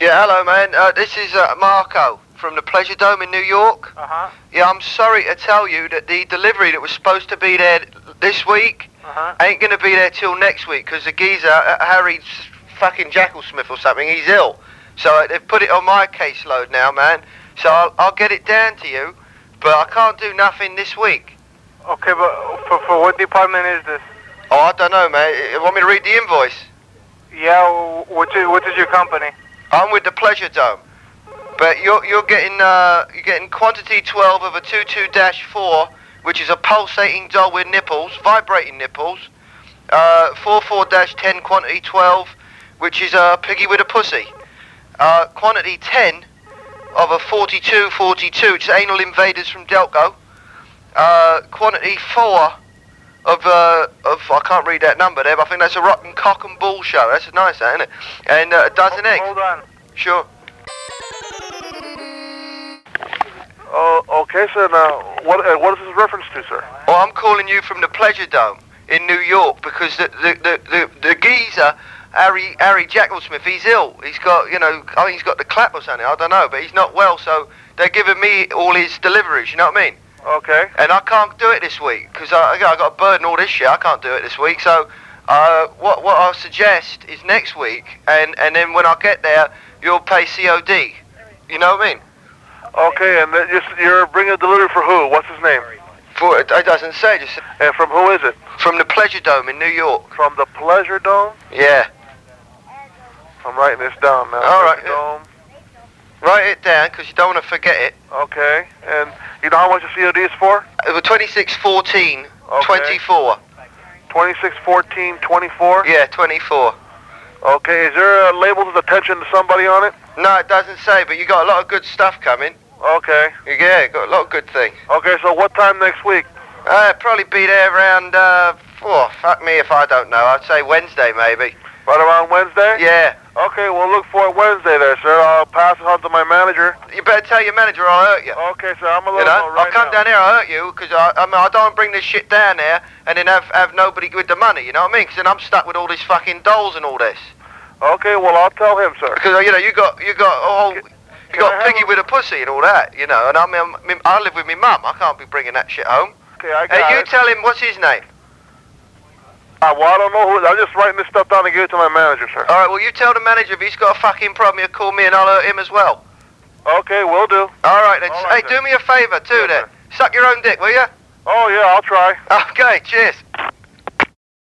Yeah, hello, man. Uh, this is uh, Marco from the Pleasure Dome in New York. Uh huh. Yeah, I'm sorry to tell you that the delivery that was supposed to be there this week Uh huh. ain't gonna be there till next week 'cause the geezer, uh, Harry S- fucking Jackalsmith or something, he's ill. So uh, they've put it on my caseload now, man. So I'll, I'll get it down to you, but I can't do nothing this week. Okay, but for, for what department is this? Oh, I don't know, man. You want me to read the invoice? Yeah, wh- which is, which is your company? I'm with the Pleasure Dome, but you're you're getting uh, you're getting quantity 12 of a 22-4, which is a pulsating doll with nipples, vibrating nipples. Uh, 44-10 quantity 12, which is a piggy with a pussy. Uh, quantity 10 of a 42-42, which is anal invaders from Delco. Uh, quantity 4 of uh, of I can't read that number there, but I think that's a rotten cock and bull show. That's nice, that, isn't it? And uh, a dozen eggs. Hold on. Sure. Oh, okay, sir. Now, what uh, what is this reference to, sir? Well, Oh, I'm calling you from the Pleasure Dome in New York because the the the, the, the geezer. Harry Harry Jackalsmith, he's ill. He's got, you know, I think he's got the clap or something. I don't know, but he's not well, so they're giving me all his deliveries. You know what I mean? Okay. And I can't do it this week because I, I got- I got a bird and all this shit. I can't do it this week. So, uh, what what I suggest is next week, and and then when I get there, you'll pay COD. You know what I mean? Okay, and that just you're bringing a delivery for who? What's his name? For it, it doesn't say. Just And from who is it? from the Pleasure Dome in New York. From the Pleasure Dome. Yeah. I'm writing this down now. All right, Pleasure yeah. Dome. Write it down because you don't want to forget it. Okay. And you know how much the COD is for? It was 26, 14, Okay. 24. Twenty-six, fourteen, twenty-four. Yeah, 24. Okay. Is there a label with attention to somebody on it? No, it doesn't say, but you got a lot of good stuff coming. Okay. Yeah, got a lot of good thing. Okay. So what time next week? Uh, probably be there around, uh, oh, fuck me if I don't know. I'd say Wednesday, maybe. Right around Wednesday. Yeah. Okay. We'll look for it Wednesday, there, sir. I'll pass it on to my manager. You better tell your manager I'll hurt you. Okay, sir. I'm a little You know, low right I'll come now. down here, I'll hurt you, because I, I, mean, I don't bring this shit down here and then have, have nobody with the money, you know what I mean? 'Cause then I'm stuck with all these fucking dolls and all this. Okay, well, I'll tell him, sir. Because, uh, you know, you got, you got a whole... You Can I got have Piggy with a pussy and all that, you know, and I mean, I'm- I mean, I live with my mum. I can't be bringing that shit home. Okay, I got Hey, you it. tell him what's his name. Uh, well, I don't know who. I'm just writing this stuff down to give it to my manager, sir. All right, well, you tell the manager if he's got a fucking problem, he'll call me and I'll hurt him as well. Okay, will do. All right, then. All right, hey, sir. do me a favour, too, Yes, then. Suck your own dick, will you? Oh yeah, I'll try. Okay, cheers.